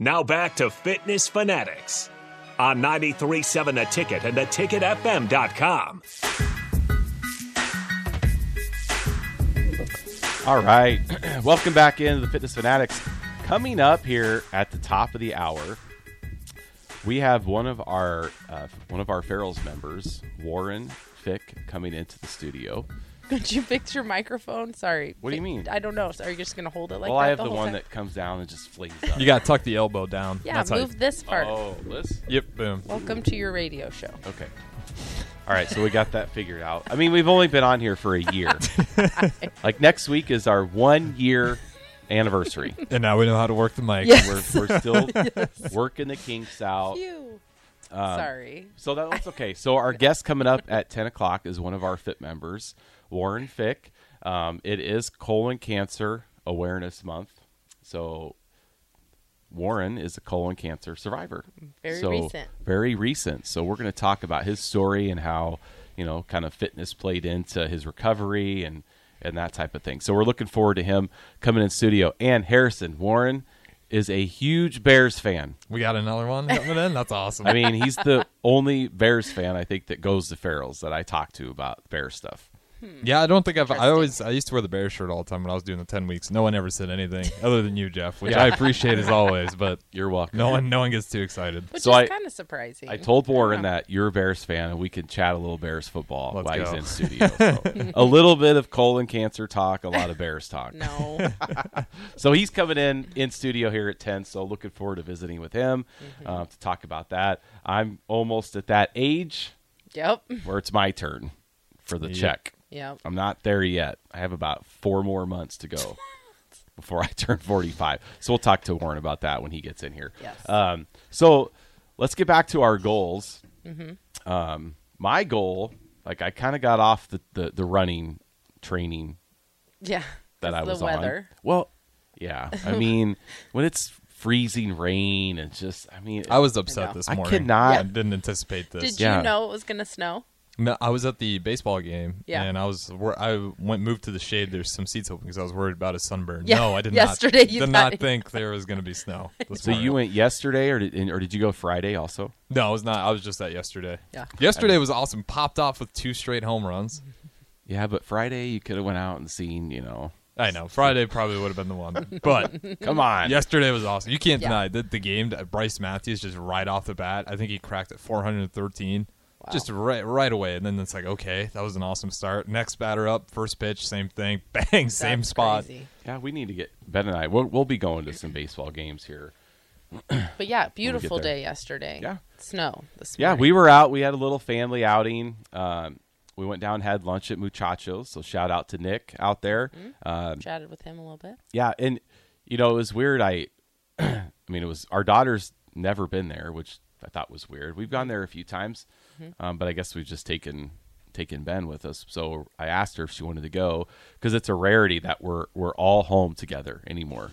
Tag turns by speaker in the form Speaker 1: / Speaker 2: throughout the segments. Speaker 1: Now back to Fitness Fanatics on 937 The Ticket and theticketfm.com.
Speaker 2: All right. Welcome back into the Fitness Fanatics. Coming up here at the top of the hour, we have one of our uh, one of our Ferrell's members, Warren Fick, coming into the studio.
Speaker 3: Could you fix your microphone? Sorry.
Speaker 2: What do you mean?
Speaker 3: I don't know. So are you just gonna hold it like
Speaker 2: well,
Speaker 3: that?
Speaker 2: I have
Speaker 3: the,
Speaker 2: the,
Speaker 3: whole
Speaker 2: one
Speaker 3: time?
Speaker 2: that comes down and just flings up.
Speaker 4: You gotta tuck the elbow down.
Speaker 3: Yeah,
Speaker 4: That's how
Speaker 3: move
Speaker 4: you-
Speaker 3: this part.
Speaker 2: Oh, this?
Speaker 4: Yep, boom.
Speaker 3: Welcome to your radio show.
Speaker 2: Okay. All right, so we got that figured out. I mean, we've only been on here for a year. like next week is our one year anniversary.
Speaker 4: And now we know how to work the mic.
Speaker 3: Yeah.
Speaker 2: We're, we're still working the kinks out.
Speaker 3: You.
Speaker 2: Um,
Speaker 3: Sorry.
Speaker 2: So that, that's okay. So our guest coming up at ten o'clock is one of our FIT members, Warren Fick. Um, it is colon cancer awareness month, so Warren is a colon cancer survivor.
Speaker 3: Very
Speaker 2: So,
Speaker 3: recent.
Speaker 2: Very recent. So we're going to talk about his story and how you know kind of fitness played into his recovery and and that type of thing. So we're looking forward to him coming in studio. And Harrison Warren is a huge Bears fan.
Speaker 4: We got another one coming in. That's awesome.
Speaker 2: I mean, he's the only Bears fan I think that goes to Farrell's that I talk to about bear stuff.
Speaker 4: yeah, I don't think I've. I
Speaker 3: Interesting.
Speaker 4: always. I used to wear the bear shirt all the time when I was doing the ten weeks. No one ever said anything other than you, Jeff, which I appreciate as always. But
Speaker 2: You're welcome.
Speaker 4: no one, no one gets too excited.
Speaker 3: Which
Speaker 2: So I-
Speaker 3: is kind of surprising.
Speaker 2: I told Warren that you're a Bears fan and we can chat a little Bears football
Speaker 4: Let's
Speaker 2: while he's
Speaker 4: go.
Speaker 2: in studio. So, a little bit of colon cancer talk, a lot of Bears talk.
Speaker 3: No.
Speaker 2: So he's coming in in studio here at 10. So looking forward to visiting with him uh, to talk about that. I'm almost at that age
Speaker 3: yep.
Speaker 2: where it's my turn for the check.
Speaker 3: Yep.
Speaker 2: I'm not there yet. I have about four more months to go before I turn 45. So we'll talk to Warren about that when he gets in here.
Speaker 3: Yes.
Speaker 2: Um, so let's get back to our goals.
Speaker 3: Mm-hmm.
Speaker 2: Um, my goal, like I kind of got off the, the, the running training
Speaker 3: Yeah.
Speaker 2: that
Speaker 3: It's
Speaker 2: I was
Speaker 3: the weather.
Speaker 2: on. Well, yeah. I mean, when it's freezing rain and just, I mean,
Speaker 4: I was upset
Speaker 3: know.
Speaker 4: this
Speaker 2: I
Speaker 4: morning.
Speaker 2: cannot-
Speaker 4: I didn't anticipate this.
Speaker 3: Did
Speaker 2: Yeah.
Speaker 3: you know it was gonna snow?
Speaker 4: No, I was at the baseball game.
Speaker 3: Yeah.
Speaker 4: And I was where I went moved to the shade. There's some seats open because I was worried about a sunburn.
Speaker 3: Yeah,
Speaker 4: No, I did
Speaker 3: yesterday
Speaker 4: not.
Speaker 3: you
Speaker 4: did
Speaker 3: thought-
Speaker 4: not think there was going to be snow. this
Speaker 2: so
Speaker 4: morning.
Speaker 2: you went yesterday or did, or did you go Friday also?
Speaker 4: No, I was not. I was just at yesterday.
Speaker 3: Yeah.
Speaker 4: Yesterday was awesome. Popped off with two straight home runs.
Speaker 2: Yeah, but Friday you could have went out and seen, you know,
Speaker 4: I know. Friday probably would have been the one. But
Speaker 2: come on.
Speaker 4: yesterday was awesome. You can't
Speaker 3: Yeah.
Speaker 4: deny that the game that Bryce Matthews just right off the bat. I think he cracked at 413 just right right away and then it's like, okay, that was an awesome start. Next batter up, first pitch, same thing. Bang, same
Speaker 3: That's
Speaker 4: spot.
Speaker 3: crazy.
Speaker 2: Yeah, we need to get Ben and I. We'll, we'll be going to some baseball games here.
Speaker 3: But yeah, beautiful
Speaker 2: there.
Speaker 3: day yesterday.
Speaker 2: Yeah.
Speaker 3: Snow this
Speaker 2: Yeah,
Speaker 3: morning.
Speaker 2: we were out. We had a little family outing. Um, we went down, had lunch at Muchachos. So shout out to Nick out there. Um,
Speaker 3: chatted with him a little bit.
Speaker 2: yeah, and you know it was weird. I, I mean, it was our daughter's never been there, which I thought was weird. We've gone there a few times, um, but I guess we've just taken taken Ben with us. So I asked her if she wanted to go because it's a rarity that we're we're all home together anymore.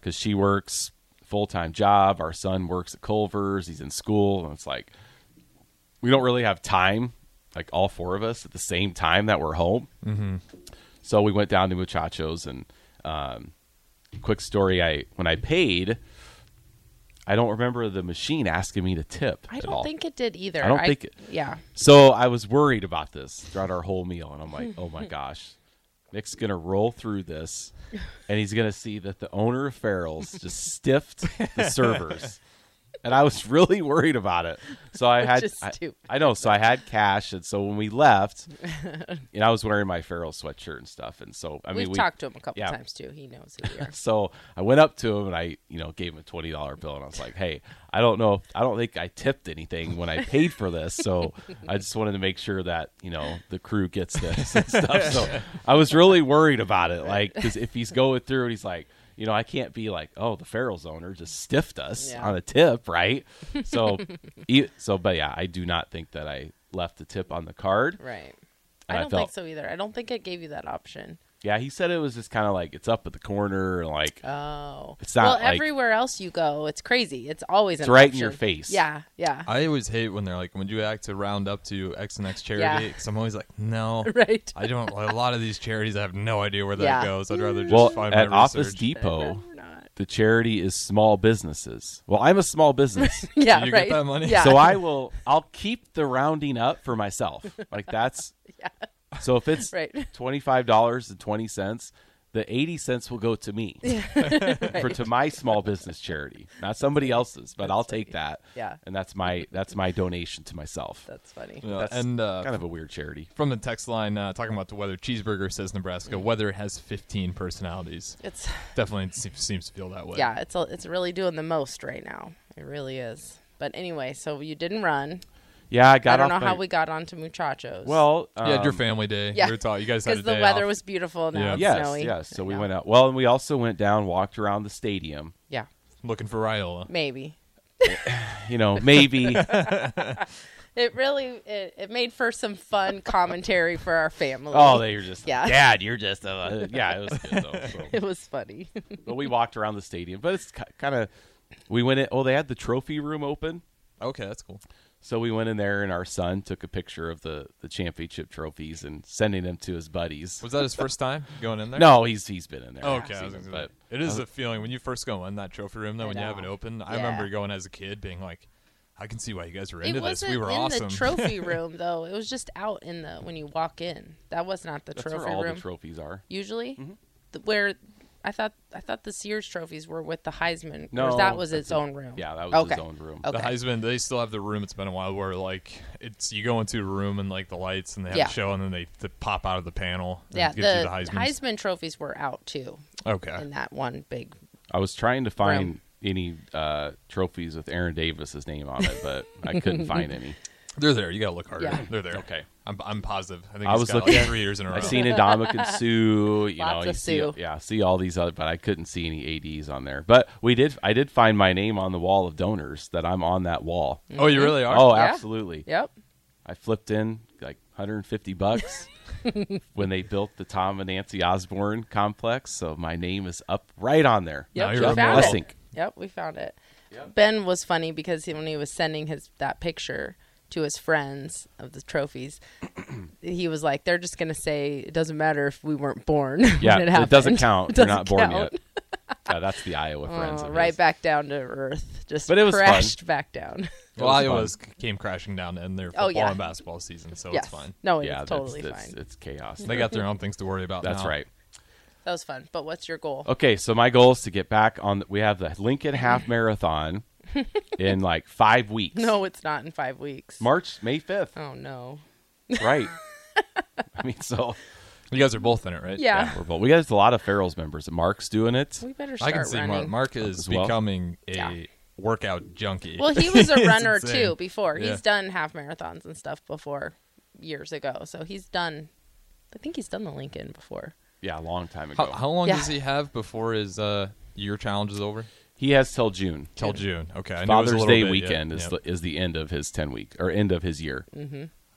Speaker 2: Because she works full time job, our son works at Culver's, he's in school, and it's like we don't really have time, like all four of us at the same time that we're home. So we went down to Muchachos, and um, quick story: I when I paid, I don't remember the machine asking me to tip.
Speaker 3: I
Speaker 2: at
Speaker 3: don't
Speaker 2: all.
Speaker 3: think it did either.
Speaker 2: I don't think it-
Speaker 3: Yeah.
Speaker 2: So I was worried about this throughout our whole meal, and I'm like, oh my gosh, Nick's gonna roll through this, and he's gonna see that the owner of Farrell's just stiffed the servers, and I was really worried about it. So I had,
Speaker 3: is
Speaker 2: I,
Speaker 3: stupid.
Speaker 2: I know, so I had cash, and so when we left, and I was wearing my Farrell sweatshirt and stuff, and so I mean,
Speaker 3: We've
Speaker 2: we
Speaker 3: talked to him a couple
Speaker 2: yeah.
Speaker 3: times too. He knows who we are.
Speaker 2: so I went up to him and I, you know, gave him a twenty dollar bill and I was like, "Hey, I don't know, I don't think I tipped anything when I paid for this, so I just wanted to make sure that you know the crew gets this and stuff." So I was really worried about it, like because if he's going through and he's like, you know, I can't be like, "Oh, the Farrell's owner just stiffed us
Speaker 3: Yeah.
Speaker 2: on a tip, right?" So, e- so, but yeah, I do not think that I left the tip on the card.
Speaker 3: Right.
Speaker 2: And
Speaker 3: I
Speaker 2: I
Speaker 3: don't
Speaker 2: felt-
Speaker 3: think so either. I don't think it gave you that option.
Speaker 2: Yeah, he said it was just kind of like it's up at the corner, and like
Speaker 3: Oh.
Speaker 2: It's not
Speaker 3: Well,
Speaker 2: like-
Speaker 3: everywhere else you go, it's crazy. It's always
Speaker 2: It's
Speaker 3: an
Speaker 2: right in your
Speaker 3: option.
Speaker 2: face.
Speaker 3: Yeah, yeah.
Speaker 4: I always hate when they're like, "Would you act to round up to X and X charity?"
Speaker 3: Yeah.
Speaker 4: Because I'm always like, "No,
Speaker 3: Right.
Speaker 4: I don't. A lot of these charities, I have no idea where that
Speaker 3: Yeah. Mm.
Speaker 4: goes. I'd rather just
Speaker 2: well
Speaker 4: find
Speaker 2: at
Speaker 4: my
Speaker 2: Office
Speaker 4: research.
Speaker 2: Depot.
Speaker 3: We're not.
Speaker 2: the charity is small businesses. Well, I'm a small business.
Speaker 3: Yeah,
Speaker 4: Did you get
Speaker 3: right.
Speaker 4: that money?
Speaker 3: Yeah.
Speaker 2: So I will I'll keep the rounding up for myself. Like that's So if it's
Speaker 3: Right.
Speaker 2: $25.20, the 80 cents will go to me. For to my small business charity. Not somebody else's, but I'll take that.
Speaker 3: Yeah.
Speaker 2: And that's my that's my donation to myself.
Speaker 3: That's funny.
Speaker 4: Yeah,
Speaker 2: That's
Speaker 4: and uh,
Speaker 2: kind of a weird charity.
Speaker 4: from the text line uh, talking about the weather, cheeseburger says Nebraska weather has 15 personalities.
Speaker 3: It's
Speaker 4: Definitely seems, seems to feel that way.
Speaker 3: yeah, it's a, it's really doing the most right now. It really is. But anyway, so you didn't run.
Speaker 2: Yeah, I got
Speaker 3: I don't know
Speaker 2: off
Speaker 3: how
Speaker 2: my-
Speaker 3: we got onto muchachos.
Speaker 2: Well,
Speaker 4: You had your
Speaker 2: um,
Speaker 4: family day.
Speaker 3: yeah.
Speaker 4: You, were taught, you guys had a
Speaker 3: because the
Speaker 4: day
Speaker 3: weather
Speaker 4: off.
Speaker 3: was beautiful. Now
Speaker 4: Yeah.
Speaker 3: it's
Speaker 2: Yes,
Speaker 3: snowy.
Speaker 2: yes. So
Speaker 3: I
Speaker 2: we
Speaker 3: know.
Speaker 2: went out. Well, and we also went down, walked around the stadium.
Speaker 3: Yeah,
Speaker 4: looking for Riola.
Speaker 3: maybe.
Speaker 2: You know, maybe
Speaker 3: It really it, it made for some fun commentary for our family.
Speaker 2: Oh, they were just
Speaker 3: Yeah.
Speaker 2: Dad, you're just a uh, yeah. It was good though. so.
Speaker 3: it was funny.
Speaker 2: but we walked around the stadium, but it's kind of we went in. Oh, they had the trophy room open,
Speaker 4: Okay, that's cool.
Speaker 2: so we went in there, and our son took a picture of the the championship trophies and sending them to his buddies.
Speaker 4: Was that his first time going in there?
Speaker 2: No, he's he's been in there.
Speaker 4: Oh,
Speaker 2: I've
Speaker 4: okay. I
Speaker 2: seen
Speaker 4: was
Speaker 2: him,
Speaker 4: gonna
Speaker 2: but
Speaker 4: say, it is a feeling when you first go in that trophy room, though,
Speaker 3: I
Speaker 4: when you have it
Speaker 3: know.
Speaker 4: open. I
Speaker 3: Yeah.
Speaker 4: remember going as a kid being like, I can see why you guys were
Speaker 3: it
Speaker 4: into this.
Speaker 3: wasn't
Speaker 4: We were
Speaker 3: in
Speaker 4: awesome.
Speaker 3: the trophy room though. It was just out in the when you walk in. That was not the
Speaker 2: that's
Speaker 3: trophy
Speaker 2: where all the
Speaker 3: room.
Speaker 2: Mm-hmm. trophies are.
Speaker 3: usually, Th- where I thought I thought the Sears trophies were with the Heisman. or
Speaker 2: No,
Speaker 3: that was
Speaker 2: that's
Speaker 3: its own room.
Speaker 2: Yeah, that was
Speaker 3: okay.
Speaker 2: his own room.
Speaker 3: Okay.
Speaker 4: The Heisman, they still have the room. It's been a while where like it's you go into a room and like the lights and they have
Speaker 3: Yeah.
Speaker 4: a show and then they, they pop out of the panel. and
Speaker 3: Yeah,
Speaker 4: it gives you
Speaker 3: the
Speaker 4: Heismans.
Speaker 3: Heisman trophies were out too
Speaker 4: Okay,
Speaker 3: in that one big.
Speaker 2: I was trying to find
Speaker 3: Room.
Speaker 2: any uh, trophies with Aaron Davis's name on it, but I couldn't find any.
Speaker 4: they're there. You gotta look harder.
Speaker 3: Yeah.
Speaker 4: They're there.
Speaker 2: Okay.
Speaker 4: I'm, I'm positive. I think
Speaker 2: I
Speaker 4: I
Speaker 2: was
Speaker 4: was got
Speaker 2: looking
Speaker 4: like
Speaker 2: at-
Speaker 4: three years in a row.
Speaker 2: I've seen Adamic and Sue. You
Speaker 3: Lots
Speaker 2: know,
Speaker 3: of
Speaker 2: you see-
Speaker 3: Sue.
Speaker 2: yeah, see all these other, but I couldn't see any ads on there. But we did. I did find my name on the wall of donors. That I'm on that wall.
Speaker 4: Oh, you really are.
Speaker 2: Oh,
Speaker 3: Yeah.
Speaker 2: absolutely.
Speaker 3: Yep.
Speaker 2: I flipped in like 150 bucks when they built the Tom and Nancy Osborne complex. So my name is up right on there.
Speaker 3: Yep.
Speaker 4: Now
Speaker 3: we
Speaker 4: you're a
Speaker 3: found
Speaker 2: blessing.
Speaker 3: it. Yep, we found it. Ben was funny because he, when he was sending his that picture to his friends of the trophies, he was like, "They're just gonna say it doesn't matter if we weren't born." when
Speaker 2: Yeah,
Speaker 3: it,
Speaker 2: it,
Speaker 3: happened."
Speaker 2: doesn't count.
Speaker 3: It
Speaker 2: You're not
Speaker 3: doesn't
Speaker 2: born
Speaker 3: count.
Speaker 2: yet. Yeah, that's the Iowa friends.
Speaker 3: Oh,
Speaker 2: of
Speaker 3: right
Speaker 2: his.
Speaker 3: back down to earth. Just
Speaker 2: But it was fun.
Speaker 3: crashed back down.
Speaker 4: Well,
Speaker 2: It was
Speaker 4: Iowa
Speaker 2: fun.
Speaker 4: was, came crashing down in their football
Speaker 3: Oh, yeah.
Speaker 4: and basketball season, so
Speaker 3: yes.
Speaker 4: it's fine.
Speaker 3: No, Oh, it's
Speaker 2: Yeah, that's,
Speaker 3: totally
Speaker 2: that's-
Speaker 3: fine.
Speaker 2: It's chaos.
Speaker 4: They got their own things to worry about.
Speaker 2: That's
Speaker 4: now.
Speaker 2: right.
Speaker 3: that was fun. But what's your goal?
Speaker 2: Okay, so my goal is to get back on. We have the Lincoln Half Marathon in like five weeks.
Speaker 3: No, it's not in five weeks.
Speaker 2: March May fifth.
Speaker 3: oh no.
Speaker 2: Right. I mean, so
Speaker 4: You guys are both in it, right?
Speaker 3: Yeah.
Speaker 2: yeah, we're both. We got a lot of Farrell's members. Mark's doing it.
Speaker 3: We better
Speaker 4: I
Speaker 3: start
Speaker 4: can see
Speaker 3: running.
Speaker 4: Mark. Mark is
Speaker 2: As well.
Speaker 4: becoming a
Speaker 3: Yeah.
Speaker 4: workout junkie.
Speaker 3: Well, he was a
Speaker 4: It's
Speaker 3: runner
Speaker 4: insane.
Speaker 3: too before.
Speaker 4: Yeah.
Speaker 3: He's done half marathons and stuff before years ago. So he's done. I think he's done the Lincoln before.
Speaker 2: Yeah, a long time ago.
Speaker 4: How, how long
Speaker 3: Yeah.
Speaker 4: does he have before his uh, year challenge is over?
Speaker 2: he has till June.
Speaker 4: Till June. Okay. I knew it was
Speaker 2: Father's
Speaker 4: a little
Speaker 2: Day
Speaker 4: bit, yeah,
Speaker 2: weekend is
Speaker 4: yeah.
Speaker 2: The, is the end of his ten week or end of his year.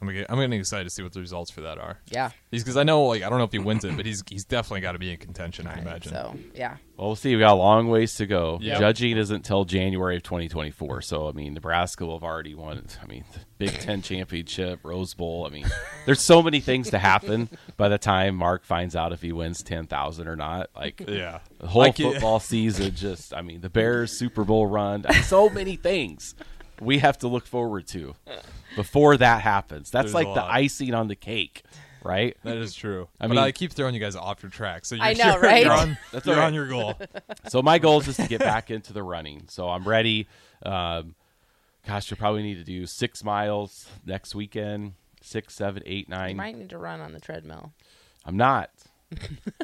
Speaker 4: I'm getting, I'm getting excited to see what the results for that are.
Speaker 3: Yeah.
Speaker 4: Because I know, like, I don't know if he wins it, but he's he's definitely got to be in contention. I imagine.
Speaker 3: So yeah.
Speaker 2: Well, we'll see. We got a long ways to go.
Speaker 4: Yeah.
Speaker 2: Judging isn't till January of 2024. So I mean, Nebraska will have already won. I mean, the Big Ten championship, Rose Bowl. I mean, there's so many things to happen by the time Mark finds out if he wins ten thousand or not. Like
Speaker 4: Yeah.
Speaker 2: the whole
Speaker 4: I can-
Speaker 2: football season. Just I mean, the Bears Super Bowl run. I mean, so many things we have to look forward to before that happens. That's
Speaker 4: There's a
Speaker 2: like the
Speaker 4: lot.
Speaker 2: icing on the cake, right?
Speaker 4: That is true.
Speaker 2: I
Speaker 4: I
Speaker 2: mean-
Speaker 4: mean, I keep throwing you guys off your track. So you're,
Speaker 3: I know,
Speaker 4: you're,
Speaker 3: right?
Speaker 4: You're on,
Speaker 2: That's
Speaker 4: you're
Speaker 2: all right.
Speaker 4: on your goal.
Speaker 2: So my goal is just to get back into the running. So I'm ready. Um, gosh, you'll probably need to do six miles next weekend. Six, seven, eight,
Speaker 3: You
Speaker 2: nine.
Speaker 3: might need to run on the treadmill.
Speaker 2: I'm not. I'm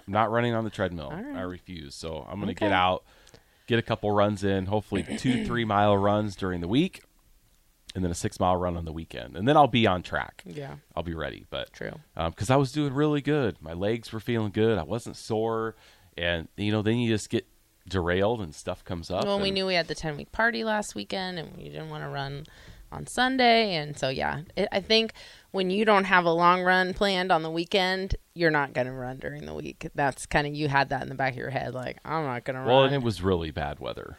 Speaker 2: not running on the treadmill.
Speaker 3: right.
Speaker 2: I refuse. So I'm gonna
Speaker 3: Okay.
Speaker 2: get out, get a couple runs in. Hopefully two, three mile runs during the week, and then a six mile run on the weekend, and then I'll be on track.
Speaker 3: Yeah.
Speaker 2: I'll be ready. But
Speaker 3: True.
Speaker 2: because um, I was doing really good. My legs were feeling good. I wasn't sore, and you know, then you just get derailed and stuff comes up.
Speaker 3: Well, we
Speaker 2: and-
Speaker 3: knew we had the 10 week party last weekend and we didn't want to run on Sunday. And so, yeah, it, I think when you don't have a long run planned on the weekend, you're not going to run during the week. That's kind of, you had that in the back of your head. Like, I'm not going to
Speaker 2: Well,
Speaker 3: run.
Speaker 2: and it was really bad weather.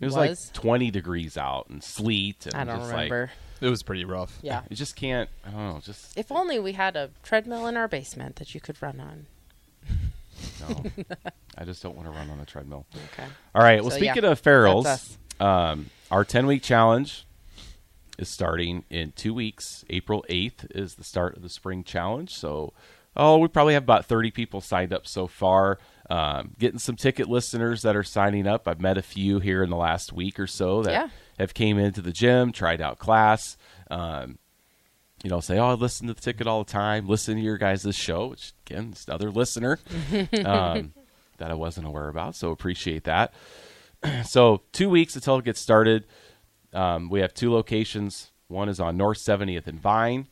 Speaker 2: It was,
Speaker 3: Was?
Speaker 2: like 20 degrees out and sleet. And
Speaker 3: I don't
Speaker 2: just
Speaker 3: remember.
Speaker 4: It was pretty rough.
Speaker 3: yeah.
Speaker 2: Like, you just can't. I don't know. Just
Speaker 3: If only we had a treadmill in our basement that you could run on.
Speaker 2: No, I just don't want to run on a treadmill.
Speaker 3: Okay.
Speaker 2: All right. Well,
Speaker 3: So, yeah,
Speaker 2: speaking of ferals,
Speaker 3: that's
Speaker 2: um, our 10 week challenge is starting in two weeks. April 8th is the start of the spring challenge. So, oh, we probably have about 30 people signed up so far. Um, getting some ticket listeners that are signing up. I've met a few here in the last week or so that
Speaker 3: Yeah.
Speaker 2: have came into the gym, tried out class. Um, you know, say, oh, I listen to the ticket all the time. Listen to your guys' show, which again is another listener um, that I wasn't aware about. So appreciate that. so two weeks until it gets started. Um, we have two locations. One is on North 70th and Vine.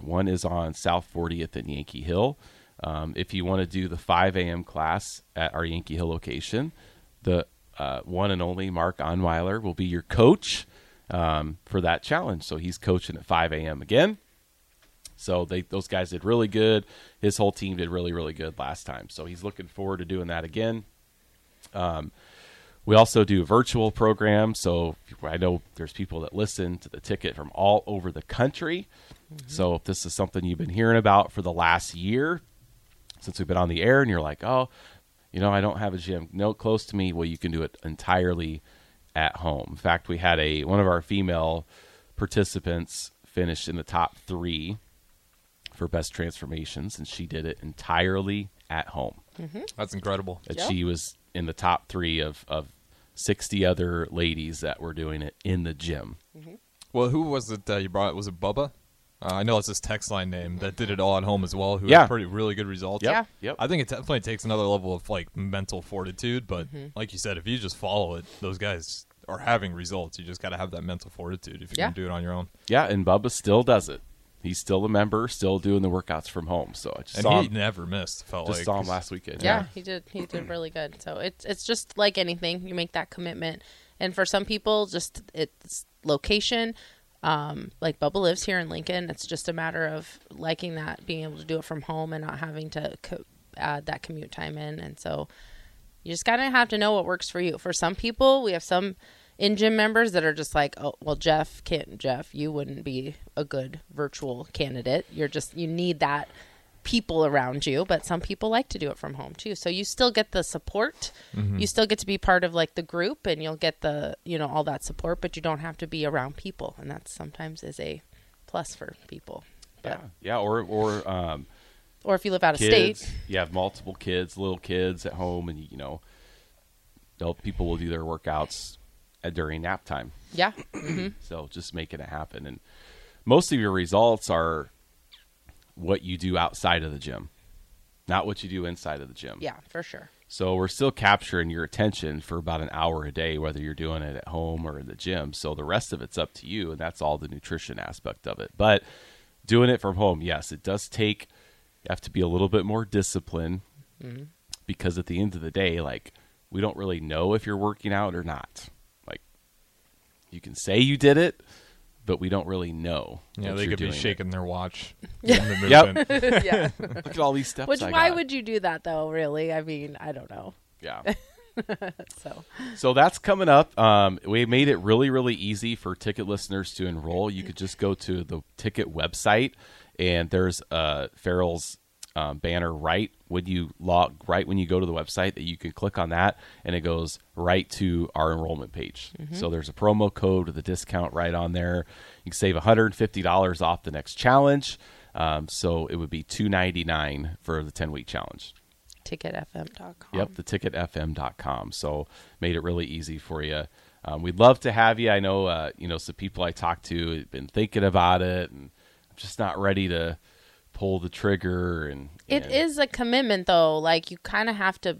Speaker 2: One is on South 40th and Yankee Hill. Um, if you want to do the 5 a.m. class at our Yankee Hill location, the uh, one and only Mark Onweiler will be your coach um, for that challenge. So he's coaching at 5 a.m. again. So they those guys did really good. His whole team did really really good last time. So he's looking forward to doing that again. We also do virtual programs. So I know there's people that listen to the ticket from all over the country. So if this is something you've been hearing about for the last year since we've been on the air and you're like, oh, you know, I don't have a gym no close to me, well, you can do it entirely at home. In fact, we had a one of our female participants finished in the top three for best transformations, and she did it entirely at home
Speaker 4: That's incredible.
Speaker 2: that
Speaker 3: Yeah.
Speaker 2: she was in the top three of, of 60 other ladies that were doing it in the gym.
Speaker 4: Well, who was it that you brought? Was it Bubba? Uh, I know it's his text line name that did it all at home as well. Who
Speaker 2: Yeah.
Speaker 4: had pretty really good results.
Speaker 3: Yep, Yeah.
Speaker 2: yep.
Speaker 4: I think it definitely takes another level of like mental fortitude, but
Speaker 3: Mm-hmm.
Speaker 4: like you said, if you just follow it, those guys are having results. You just got to have that mental fortitude if you're
Speaker 3: Yeah.
Speaker 4: gonna do it on your own.
Speaker 2: Yeah, and Bubba still does it. He's still a member, still doing the workouts from home. So I just,
Speaker 4: And
Speaker 2: saw
Speaker 4: he
Speaker 2: him,
Speaker 4: never missed. Felt
Speaker 2: just
Speaker 4: like
Speaker 2: saw him last weekend.
Speaker 3: yeah, he did. He did really good. So it's it's just like anything, you make that commitment, and for some people, just it's location. Um, like Bubba lives here in Lincoln. It's just a matter of liking that, being able to do it from home, and not having to co- add that commute time in. And so you just gotta have to know what works for you. For some people, we have some in gym members that are just like, oh, well, Jeff can't. Jeff, you wouldn't be a good virtual candidate. You're just you need that people around you. But some people like to do it from home too. So you still get the support. You still get to be part of like the group, and you'll get the you know all that support. But you don't have to be around people, and that sometimes is a plus for people. But,
Speaker 2: Yeah. Yeah, or, or um,
Speaker 3: Or if you live out of
Speaker 2: kids.
Speaker 3: state,
Speaker 2: You have multiple kids, little kids at home, and, you know, adult people will do their workouts at, during nap time.
Speaker 3: yeah,
Speaker 2: So just making it happen. And most of your results are what you do outside of the gym, not what you do inside of the gym.
Speaker 3: yeah, for sure.
Speaker 2: So we're still capturing your attention for about an hour a day, whether you're doing it at home or in the gym. So the rest of it's up to you, and that's all the nutrition aspect of it. But doing it from home, yes, it does take. You have to be a little bit more disciplined
Speaker 3: Mm-hmm.
Speaker 2: because at the end of the day, like we don't really know if you're working out or not. Like you can say you did it, but we don't really know.
Speaker 4: yeah,
Speaker 2: that
Speaker 4: they
Speaker 2: you're
Speaker 4: could be
Speaker 2: doing it.
Speaker 4: shaking their watch. Yeah.
Speaker 2: Yep.
Speaker 3: yeah.
Speaker 2: Look at all these steps.
Speaker 3: Which
Speaker 2: I
Speaker 3: why
Speaker 2: got.
Speaker 3: would you do that though? Really? I mean, I don't know.
Speaker 2: yeah.
Speaker 3: So
Speaker 2: So that's coming up. Um, we made it really, really easy for ticket listeners to enroll. You could just go to the ticket website, and there's uh, Farrell's um, banner right when you log right when you go to the website that you can click on that, and it goes right to our enrollment page. So there's a promo code with a discount right on there. You can save $150 off the next challenge. Um, so it would be 299 for the 10 week challenge.
Speaker 3: ticketfm.com.
Speaker 2: Yep, theticketfm.com. So made it really easy for you. Um, we'd love to have you. I know, uh, you know, some people I talked to have been thinking about it, and I'm just not ready to pull the trigger. And
Speaker 3: It
Speaker 2: and-
Speaker 3: is a commitment though. Like you kind of have to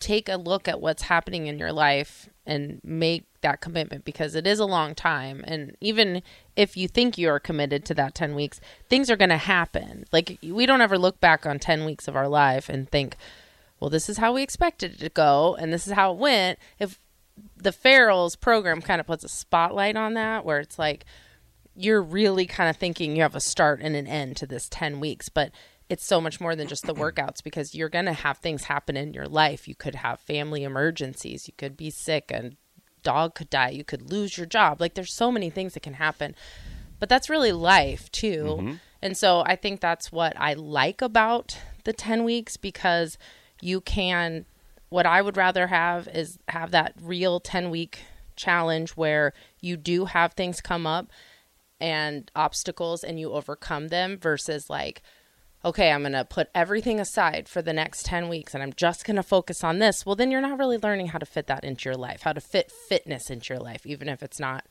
Speaker 3: take a look at what's happening in your life and make that commitment because it is a long time and even if you think you are committed to that 10 weeks, things are going to happen. Like we don't ever look back on 10 weeks of our life and think, well, this is how we expected it to go and this is how it went. If the Farrell's program kind of puts a spotlight on that where it's like you're really kind of thinking you have a start and an end to this 10 weeks, but it's so much more than just the workouts because you're going to have things happen in your life. You could have family emergencies, you could be sick, a dog could die, you could lose your job. Like there's so many things that can happen. But that's really life too. And so I think that's what I like about the 10 weeks because you can what I would rather have is have that real 10 week challenge where you do have things come up and obstacles and you overcome them versus like okay, I'm going to put everything aside for the next 10 weeks and I'm just going to focus on this, well, then you're not really learning how to fit that into your life, how to fit fitness into your life, even if it's not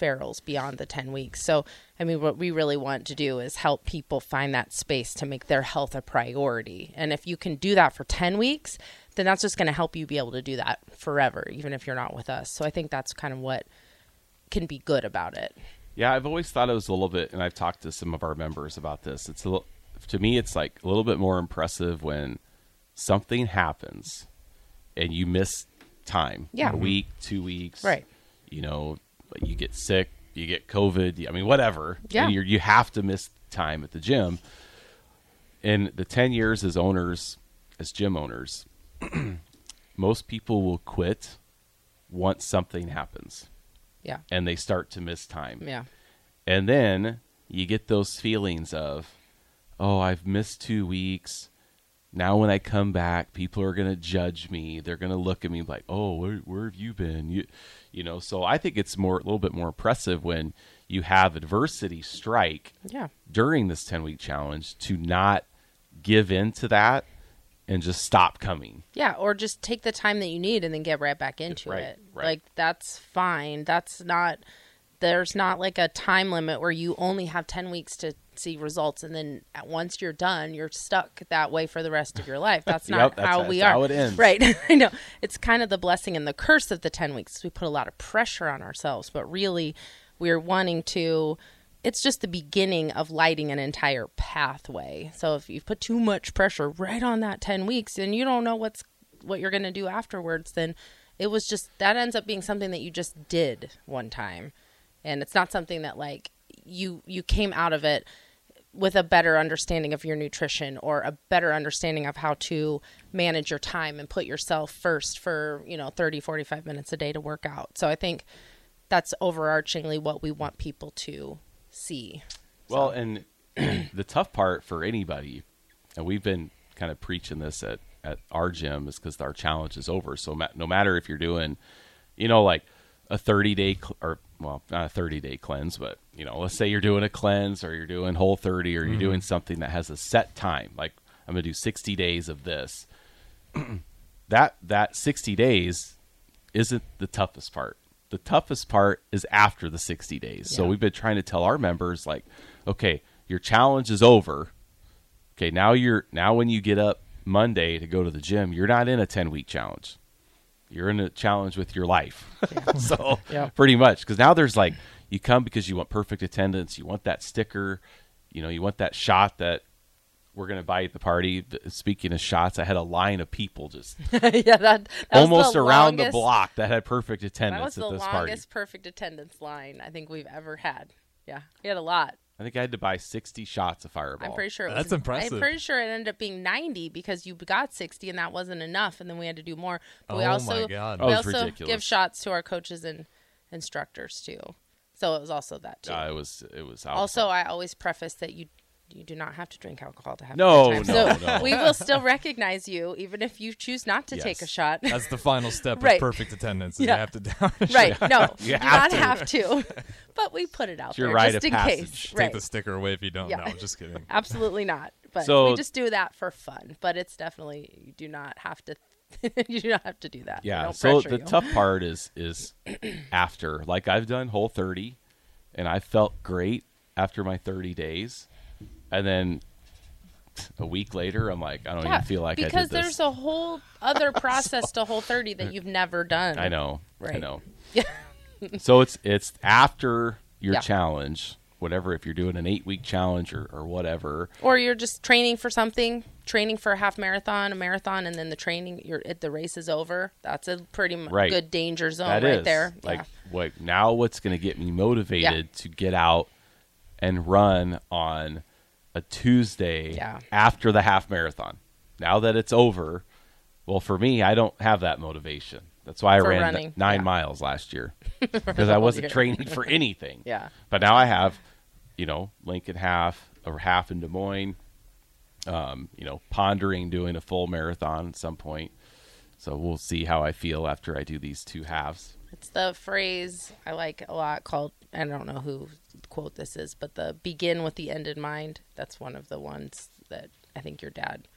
Speaker 3: ferals beyond the 10 weeks. So, I mean, what we really want to do is help people find that space to make their health a priority. And if you can do that for 10 weeks, then that's just going to help you be able to do that forever, even if you're not with us. So, I think that's kind of what can be good about it.
Speaker 2: Yeah, I've always thought it was a little bit, and I've talked to some of our members about this. It's a little, to me, it's like a little bit more impressive when something happens and you miss time.
Speaker 3: Yeah. Mm-hmm.
Speaker 2: a week, two weeks,
Speaker 3: Right.
Speaker 2: You know, like you get sick, you get COVID. I mean, whatever.
Speaker 3: Yeah.
Speaker 2: and you're, you have to miss time at the gym. And the ten years as owners, as gym owners, most people will quit once something happens
Speaker 3: Yeah.
Speaker 2: and they start to miss time.
Speaker 3: Yeah.
Speaker 2: And then you get those feelings of, oh, I've missed two weeks. Now when I come back, people are going to judge me. They're going to look at me like, oh, where, where have you been? You, you know. So I think it's more a little bit more impressive when you have adversity strike
Speaker 3: Yeah.
Speaker 2: during this ten week challenge to not give in to that and just stop coming.
Speaker 3: Yeah, or just take the time that you need and then get right back into
Speaker 2: right,
Speaker 3: it.
Speaker 2: right.
Speaker 3: Like that's fine. That's not there's not like a time limit where you only have 10 weeks to see results and then at- once you're done, you're stuck that way for the rest of your life. That's not
Speaker 2: Yep, that's-
Speaker 3: how
Speaker 2: that's
Speaker 3: we are.
Speaker 2: how it ends.
Speaker 3: Right. I know. It's kind of the blessing and the curse of the 10 weeks. We put a lot of pressure on ourselves, but really we're wanting to it's just the beginning of lighting an entire pathway. So if you put too much pressure right on that 10 weeks and you don't know what's what you're going to do afterwards, then it was just that ends up being something that you just did one time. And it's not something that like you you came out of it with a better understanding of your nutrition or a better understanding of how to manage your time and put yourself first for you know 30 45 minutes a day to work out so i think that's overarchingly what we want people to see
Speaker 2: Well, and the tough part for anybody, and we've been kind of preaching this at, at our gym, is because our challenge is over. So ma- no matter if you're doing, you know, like a 30 day cl- or well, not a 30 day cleanse, but you know, let's say you're doing a cleanse or you're doing whole 30 or you're doing something that has a set time, like I'm going to do 60 days of this. that that 60 days isn't the toughest part. The toughest part is after the 60 days. So
Speaker 3: Yeah.
Speaker 2: we've been trying to tell our members like, okay, your challenge is over. Okay, now you're now when you get up Monday to go to the gym, you're not in a 10 week challenge. You're in a challenge with your life. so
Speaker 3: Yeah.
Speaker 2: pretty much cuz now there's like you come because you want perfect attendance, you want that sticker, you know, you want that shot that we're going to buy at the party. Speaking of shots, I had a line of people just
Speaker 3: yeah that, that was
Speaker 2: almost around the
Speaker 3: longest-
Speaker 2: block that had perfect
Speaker 3: that was
Speaker 2: attendance
Speaker 3: the
Speaker 2: at this
Speaker 3: longest
Speaker 2: party.
Speaker 3: perfect attendance line i think we've ever had yeah we had a lot
Speaker 2: I think I had to buy 60 shots of Fireball.
Speaker 3: I'm pretty sure it
Speaker 4: That's
Speaker 3: was, I'm
Speaker 4: impressive.
Speaker 3: pretty sure it ended up being 90 because you got 60 and that wasn't enough, and then we had to do more. But we
Speaker 4: Oh my
Speaker 3: also,
Speaker 4: God.
Speaker 2: That
Speaker 3: we
Speaker 2: was
Speaker 3: also
Speaker 2: ridiculous.
Speaker 3: give shots to our coaches and instructors too, so it was also that too.
Speaker 2: Uh, it was it was out.
Speaker 3: also, I always preface that you you do not have to drink alcohol to have
Speaker 2: No,
Speaker 3: a good time.
Speaker 2: no,
Speaker 3: so
Speaker 2: no.
Speaker 3: we will still recognize you even if you choose not to take a
Speaker 2: Yes.
Speaker 3: shot.
Speaker 4: That's the final step
Speaker 3: Right.
Speaker 4: of perfect attendance. Is
Speaker 3: Yeah.
Speaker 4: You have to down
Speaker 3: Right? No,
Speaker 2: You
Speaker 3: you do
Speaker 2: have
Speaker 3: not have to, but we put it out
Speaker 2: your
Speaker 3: there
Speaker 2: rite
Speaker 3: just
Speaker 2: of
Speaker 3: in
Speaker 2: passage.
Speaker 3: case.
Speaker 2: Take
Speaker 4: take
Speaker 3: right.
Speaker 4: the sticker away if you don't.
Speaker 3: Yeah.
Speaker 4: No, I'm just kidding.
Speaker 3: Absolutely not. But
Speaker 2: So-
Speaker 3: we just do that for fun. But it's definitely you do not have to. you do not have to do that. They
Speaker 2: yeah.
Speaker 3: don't
Speaker 2: So
Speaker 3: pressure
Speaker 2: the
Speaker 3: you.
Speaker 2: tough part is is after. Like I've done whole 30 and I felt great after my 30 days. And then a week later I'm like I don't
Speaker 3: Yeah,
Speaker 2: even feel like
Speaker 3: because
Speaker 2: I did this. Mm.
Speaker 3: there's a whole other process to whole thirty that you've never done.
Speaker 2: I know. I
Speaker 3: Right.
Speaker 2: know. so it's it's after your
Speaker 3: Yeah.
Speaker 2: challenge, whatever. If you're doing an eight week challenge or, or whatever,
Speaker 3: Or you're just training for something, training for a half marathon, a marathon, and then the training, you're it, the race is over. That's a pretty m-
Speaker 2: Right.
Speaker 3: good danger zone
Speaker 2: that is
Speaker 3: right there.
Speaker 2: like
Speaker 3: yeah.
Speaker 2: what now? What's going to get me motivated to get out and run on a Tuesday
Speaker 3: Yeah.
Speaker 2: after the half marathon? Now that it's over, well, for me, I don't have that motivation. That's why I
Speaker 3: For
Speaker 2: ran
Speaker 3: running,
Speaker 2: th- nine
Speaker 3: yeah.
Speaker 2: miles last year because I wasn't
Speaker 3: dear.
Speaker 2: training for anything.
Speaker 3: Yeah.
Speaker 2: But now I have, you know, Lincoln half or half in Des Moines. um, you know, pondering doing a full marathon at some point. So we'll see how I feel after I do these two halves.
Speaker 3: It's the phrase I like a lot called I don't know who quote this is, but the begin with the end in mind. That's one of the ones that I think your dad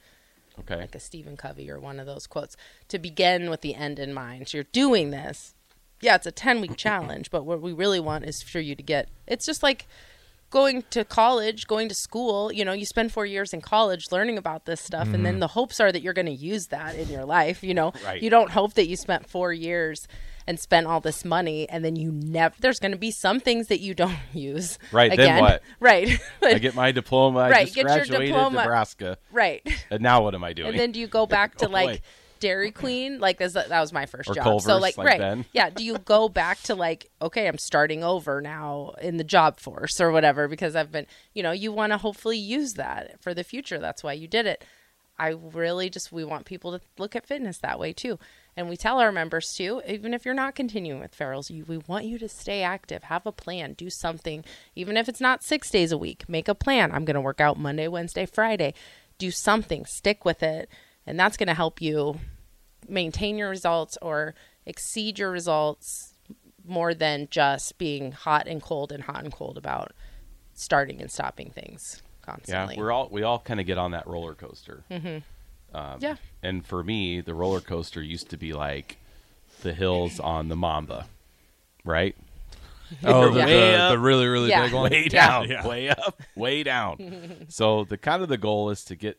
Speaker 2: Okay.
Speaker 3: like a Stephen Covey or one of those quotes. To begin with the end in mind. You're doing this. Yeah, it's a 10 week challenge, but what we really want is for you to get it's just like going to college, going to school. You know, you spend four years in college learning about this stuff, and then the hopes are that you're going to use that in your life. You know,
Speaker 2: Mm-hmm. Right.
Speaker 3: you don't hope that you spent four years and spent all this money and then you never there's going to be some things that you don't use
Speaker 2: Right, then
Speaker 3: again
Speaker 2: what?
Speaker 3: right
Speaker 2: I get my diploma. I
Speaker 3: Right,
Speaker 2: just
Speaker 3: get your
Speaker 2: graduated
Speaker 3: diploma.
Speaker 2: Nebraska.
Speaker 3: right
Speaker 2: And now what am I doing?
Speaker 3: And then do you go back to
Speaker 2: Oh, boy.
Speaker 3: like Dairy Queen? Like that's, that was my first
Speaker 2: Or
Speaker 3: job. so
Speaker 2: Culver's,
Speaker 3: like,
Speaker 2: like
Speaker 3: right,
Speaker 2: Ben.
Speaker 3: yeah. Do you go back to like okay, I'm starting over now in the job force or whatever because I've been, you know, you want to hopefully use that for the future. That's why you did it. I really just we want people to look at fitness that way too. And we tell our members too, even if you're not continuing with Ferrell's, you, we want you to stay active, have a plan, do something, even if it's not six days a week. Make a plan. I'm going to work out Monday, Wednesday, Friday. Do something, stick with it. And that's going to help you maintain your results or exceed your results more than just being hot and cold and hot and cold about starting and stopping things
Speaker 2: yeah,
Speaker 3: constantly.
Speaker 2: we're all we all kind of get on that roller coaster.
Speaker 3: Mm-hmm. yeah.
Speaker 2: And for me, the roller coaster used to be like the hills on the Mamba, right?
Speaker 4: Oh, the,
Speaker 2: Yeah. Way
Speaker 4: the,
Speaker 2: up.
Speaker 4: the really, really
Speaker 3: Yeah.
Speaker 4: big one.
Speaker 2: way
Speaker 3: Yeah.
Speaker 2: down,
Speaker 4: Yeah.
Speaker 2: way up, way down. so the kind of the goal is to get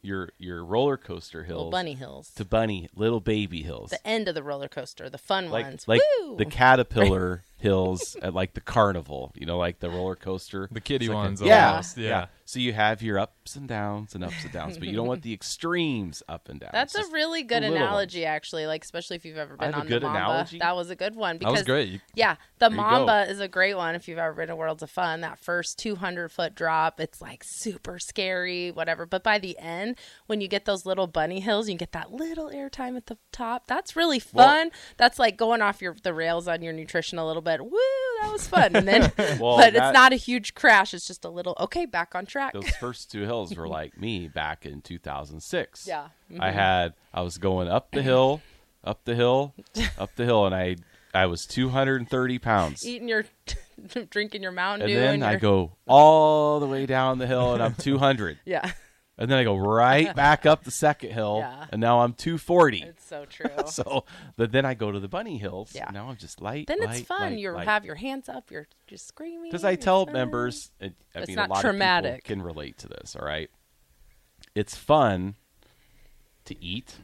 Speaker 2: your your roller coaster hills
Speaker 3: Little bunny hills.
Speaker 2: to bunny little baby hills,
Speaker 3: the end of the roller coaster, the fun
Speaker 2: like
Speaker 3: ones.
Speaker 2: like
Speaker 3: Woo!
Speaker 2: the caterpillar hills at like the carnival, you know, like the roller coaster,
Speaker 4: The kiddie
Speaker 2: It's like a-
Speaker 4: ones
Speaker 2: yeah,
Speaker 4: almost, yeah.
Speaker 2: So you have your ups and downs and ups and downs, but you don't want the extremes up and down.
Speaker 3: That's
Speaker 2: It's
Speaker 3: a
Speaker 2: just-
Speaker 3: really good
Speaker 2: the little
Speaker 3: analogy, actually. Like especially if you've ever
Speaker 2: I
Speaker 3: been
Speaker 2: have a
Speaker 3: on
Speaker 2: good
Speaker 3: the Mamba.
Speaker 2: analogy?
Speaker 3: That was a good one.
Speaker 4: That
Speaker 3: Because
Speaker 4: was great. You-
Speaker 3: Yeah, the
Speaker 2: you
Speaker 3: Mamba is a great one if you've ever been to Worlds of Fun. That first 200 foot drop, it's like super scary, whatever. But by the end, when you get those little bunny hills, you get that little airtime at the top. That's really fun. that's like going off your the rails on your nutrition a little bit. Woo, that was fun. And then,
Speaker 2: Well, that-
Speaker 3: but it's not a huge crash. It's just a little okay, back on track.
Speaker 2: those first two hills were like me back in 2006.
Speaker 3: Yeah. mm-hmm.
Speaker 2: I had I was going up the hill, up the hill, up the hill, and I I was 230 pounds, and
Speaker 3: Eating your, drinking your Mountain Dew,
Speaker 2: then
Speaker 3: and
Speaker 2: I
Speaker 3: your-
Speaker 2: go all the way down the hill, and I'm 200,
Speaker 3: Yeah,
Speaker 2: and then I go right back up the second hill,
Speaker 3: Yeah.
Speaker 2: and now I'm 240.
Speaker 3: it's so true.
Speaker 2: So, but then I go to the bunny hills.
Speaker 3: Yeah.
Speaker 2: and Now I'm just light.
Speaker 3: then
Speaker 2: light,
Speaker 3: it's fun.
Speaker 2: light,
Speaker 3: you
Speaker 2: light.
Speaker 3: have your hands up. You're just screaming.
Speaker 2: Because I
Speaker 3: it's
Speaker 2: tell
Speaker 3: fun.
Speaker 2: members, and, I
Speaker 3: It's
Speaker 2: mean,
Speaker 3: not
Speaker 2: a lot of
Speaker 3: traumatic.
Speaker 2: people can relate to this. All right, it's fun to eat,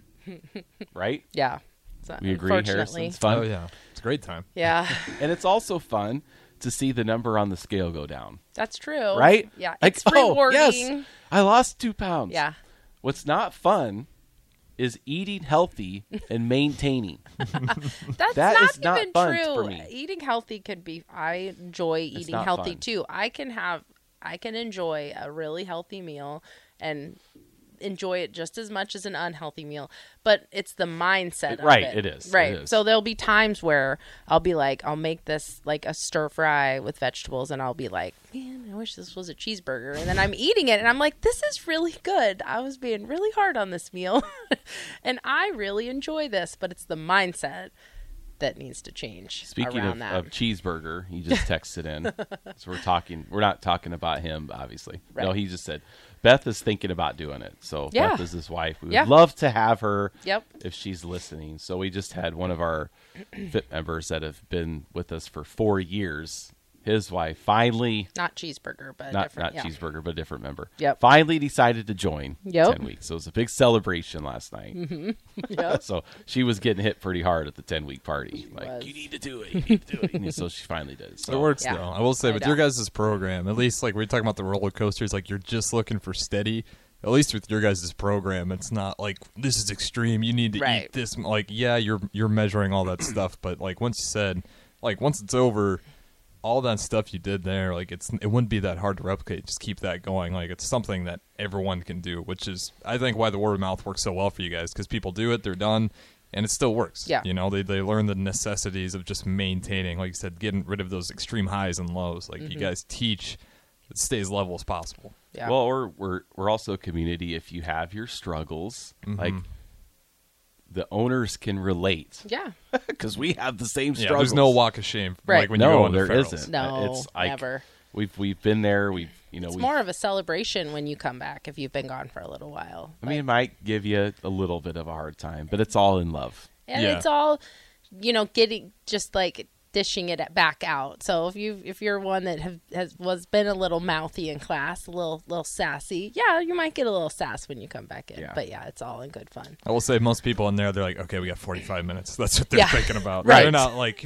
Speaker 2: right?
Speaker 3: Yeah. It's not-
Speaker 2: We agree, Harrison.
Speaker 3: unfortunately.
Speaker 2: It's fun,
Speaker 4: Oh yeah, it's a great time.
Speaker 3: Yeah,
Speaker 2: and it's also fun to see the number on the scale go down,
Speaker 3: that's true.
Speaker 2: right?
Speaker 3: Yeah,
Speaker 2: like,
Speaker 3: it's
Speaker 2: oh,
Speaker 3: rewarding.
Speaker 2: yes, I lost two pounds.
Speaker 3: Yeah,
Speaker 2: What's not fun is eating healthy and maintaining.
Speaker 3: that's
Speaker 2: That
Speaker 3: not
Speaker 2: is not
Speaker 3: even
Speaker 2: fun
Speaker 3: true.
Speaker 2: for me.
Speaker 3: Eating healthy could be. I enjoy eating
Speaker 2: not
Speaker 3: healthy
Speaker 2: fun.
Speaker 3: too. I can have. I can enjoy a really healthy meal and enjoy it just as much as an unhealthy meal. But it's the mindset,
Speaker 2: It-
Speaker 3: of
Speaker 2: right,
Speaker 3: It,
Speaker 2: it is, it
Speaker 3: Right.
Speaker 2: is.
Speaker 3: So there'll be times where I'll be like, I'll make this like a stir fry with vegetables, and I'll be like, man, I wish this was a cheeseburger. And then I'm eating it, and I'm like, this is really good. I was being really hard on this meal, and I really enjoy this. But it's the mindset that needs to change.
Speaker 2: Speaking
Speaker 3: around
Speaker 2: of,
Speaker 3: that.
Speaker 2: of cheeseburger, he just texted in. so we're talking. We're not talking about him, obviously. No,
Speaker 3: Right.
Speaker 2: he just said Beth is thinking about doing it. So
Speaker 3: Yeah.
Speaker 2: Beth is his wife. We would
Speaker 3: Yeah.
Speaker 2: love to have her.
Speaker 3: Yep.
Speaker 2: If she's listening, so we just had one of our fit members that have been with us for four years. His wife finally,
Speaker 3: not cheeseburger, but
Speaker 2: not not
Speaker 3: different, yeah.
Speaker 2: cheeseburger, but a different member.
Speaker 3: Yep.
Speaker 2: Finally decided to join.
Speaker 3: Yep.
Speaker 2: Ten weeks. So it was a big celebration last night.
Speaker 3: Yep.
Speaker 2: So she was getting hit pretty hard at the ten week party. like
Speaker 3: was.
Speaker 2: you need to do it. You need to do it. And so she finally did. So
Speaker 4: It works
Speaker 3: Yeah.
Speaker 4: though. I will say,
Speaker 3: I
Speaker 4: with
Speaker 3: know.
Speaker 4: your guys' program, at least like we're talking about the roller coasters, like you're just looking for steady. At least with your guys' program, it's not like this is extreme. You need to
Speaker 3: Right.
Speaker 4: eat this. m-" Like yeah, you're you're measuring all that stuff, but like once you said, like once it's over, all that stuff you did there, like it's it wouldn't be that hard to replicate. Just keep that going. Like it's something that everyone can do, which is I think why the word of mouth works so well for you guys because people do it, they're done, and it still works.
Speaker 3: Yeah.
Speaker 4: you know they they learn the necessities of just maintaining, like you
Speaker 3: Mm-hmm.
Speaker 4: said, getting rid of those extreme highs and lows. Like you guys teach, it stays level as possible.
Speaker 3: Yeah.
Speaker 2: Well, or we're we're also a community. If you have your struggles, like the owners can relate
Speaker 3: yeah.
Speaker 2: because we have the same
Speaker 4: Yeah,
Speaker 2: struggles.
Speaker 4: there's no walk of shame.
Speaker 3: Right.
Speaker 4: Like when you
Speaker 2: no,
Speaker 4: go into
Speaker 2: there
Speaker 4: ferals.
Speaker 2: isn't.
Speaker 3: No,
Speaker 2: it's like
Speaker 3: never.
Speaker 2: We've we've been there. We've you know
Speaker 3: It's
Speaker 2: we.
Speaker 3: more of a celebration when you come back if you've been gone for a little while.
Speaker 2: I mean, it might give you a little bit of a hard time, but it's all in love.
Speaker 3: and
Speaker 4: Yeah.
Speaker 3: it's all you know getting just like dishing it back out so if you if you're one that have has was been a little mouthy in class a little little sassy yeah you might get a little sass when you come back in
Speaker 2: Yeah.
Speaker 3: but yeah it's all in good fun
Speaker 4: I will say most people in there, they're like, okay, we got 45 minutes. That's what they're
Speaker 3: Yeah.
Speaker 4: thinking about.
Speaker 2: Right.
Speaker 4: They're not like,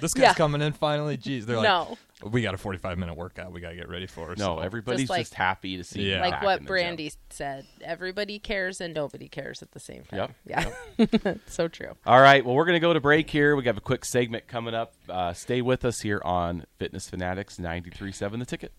Speaker 4: this guy's
Speaker 3: Yeah.
Speaker 4: coming in finally. Jeez. They're like,
Speaker 3: No.
Speaker 4: we got a 45 minute workout. We got to get ready for.
Speaker 2: No, everybody's just,
Speaker 3: like-
Speaker 2: happy to see. you
Speaker 4: Yeah.
Speaker 2: back
Speaker 3: like
Speaker 2: in
Speaker 3: what
Speaker 2: the gym.
Speaker 3: brandy said everybody cares and nobody cares at the same time yeah so true
Speaker 2: All right. Well, we're going to go to break here. We have a quick segment coming up. Uh, stay with us here on Fitness Fanatics 93.7 The Ticket.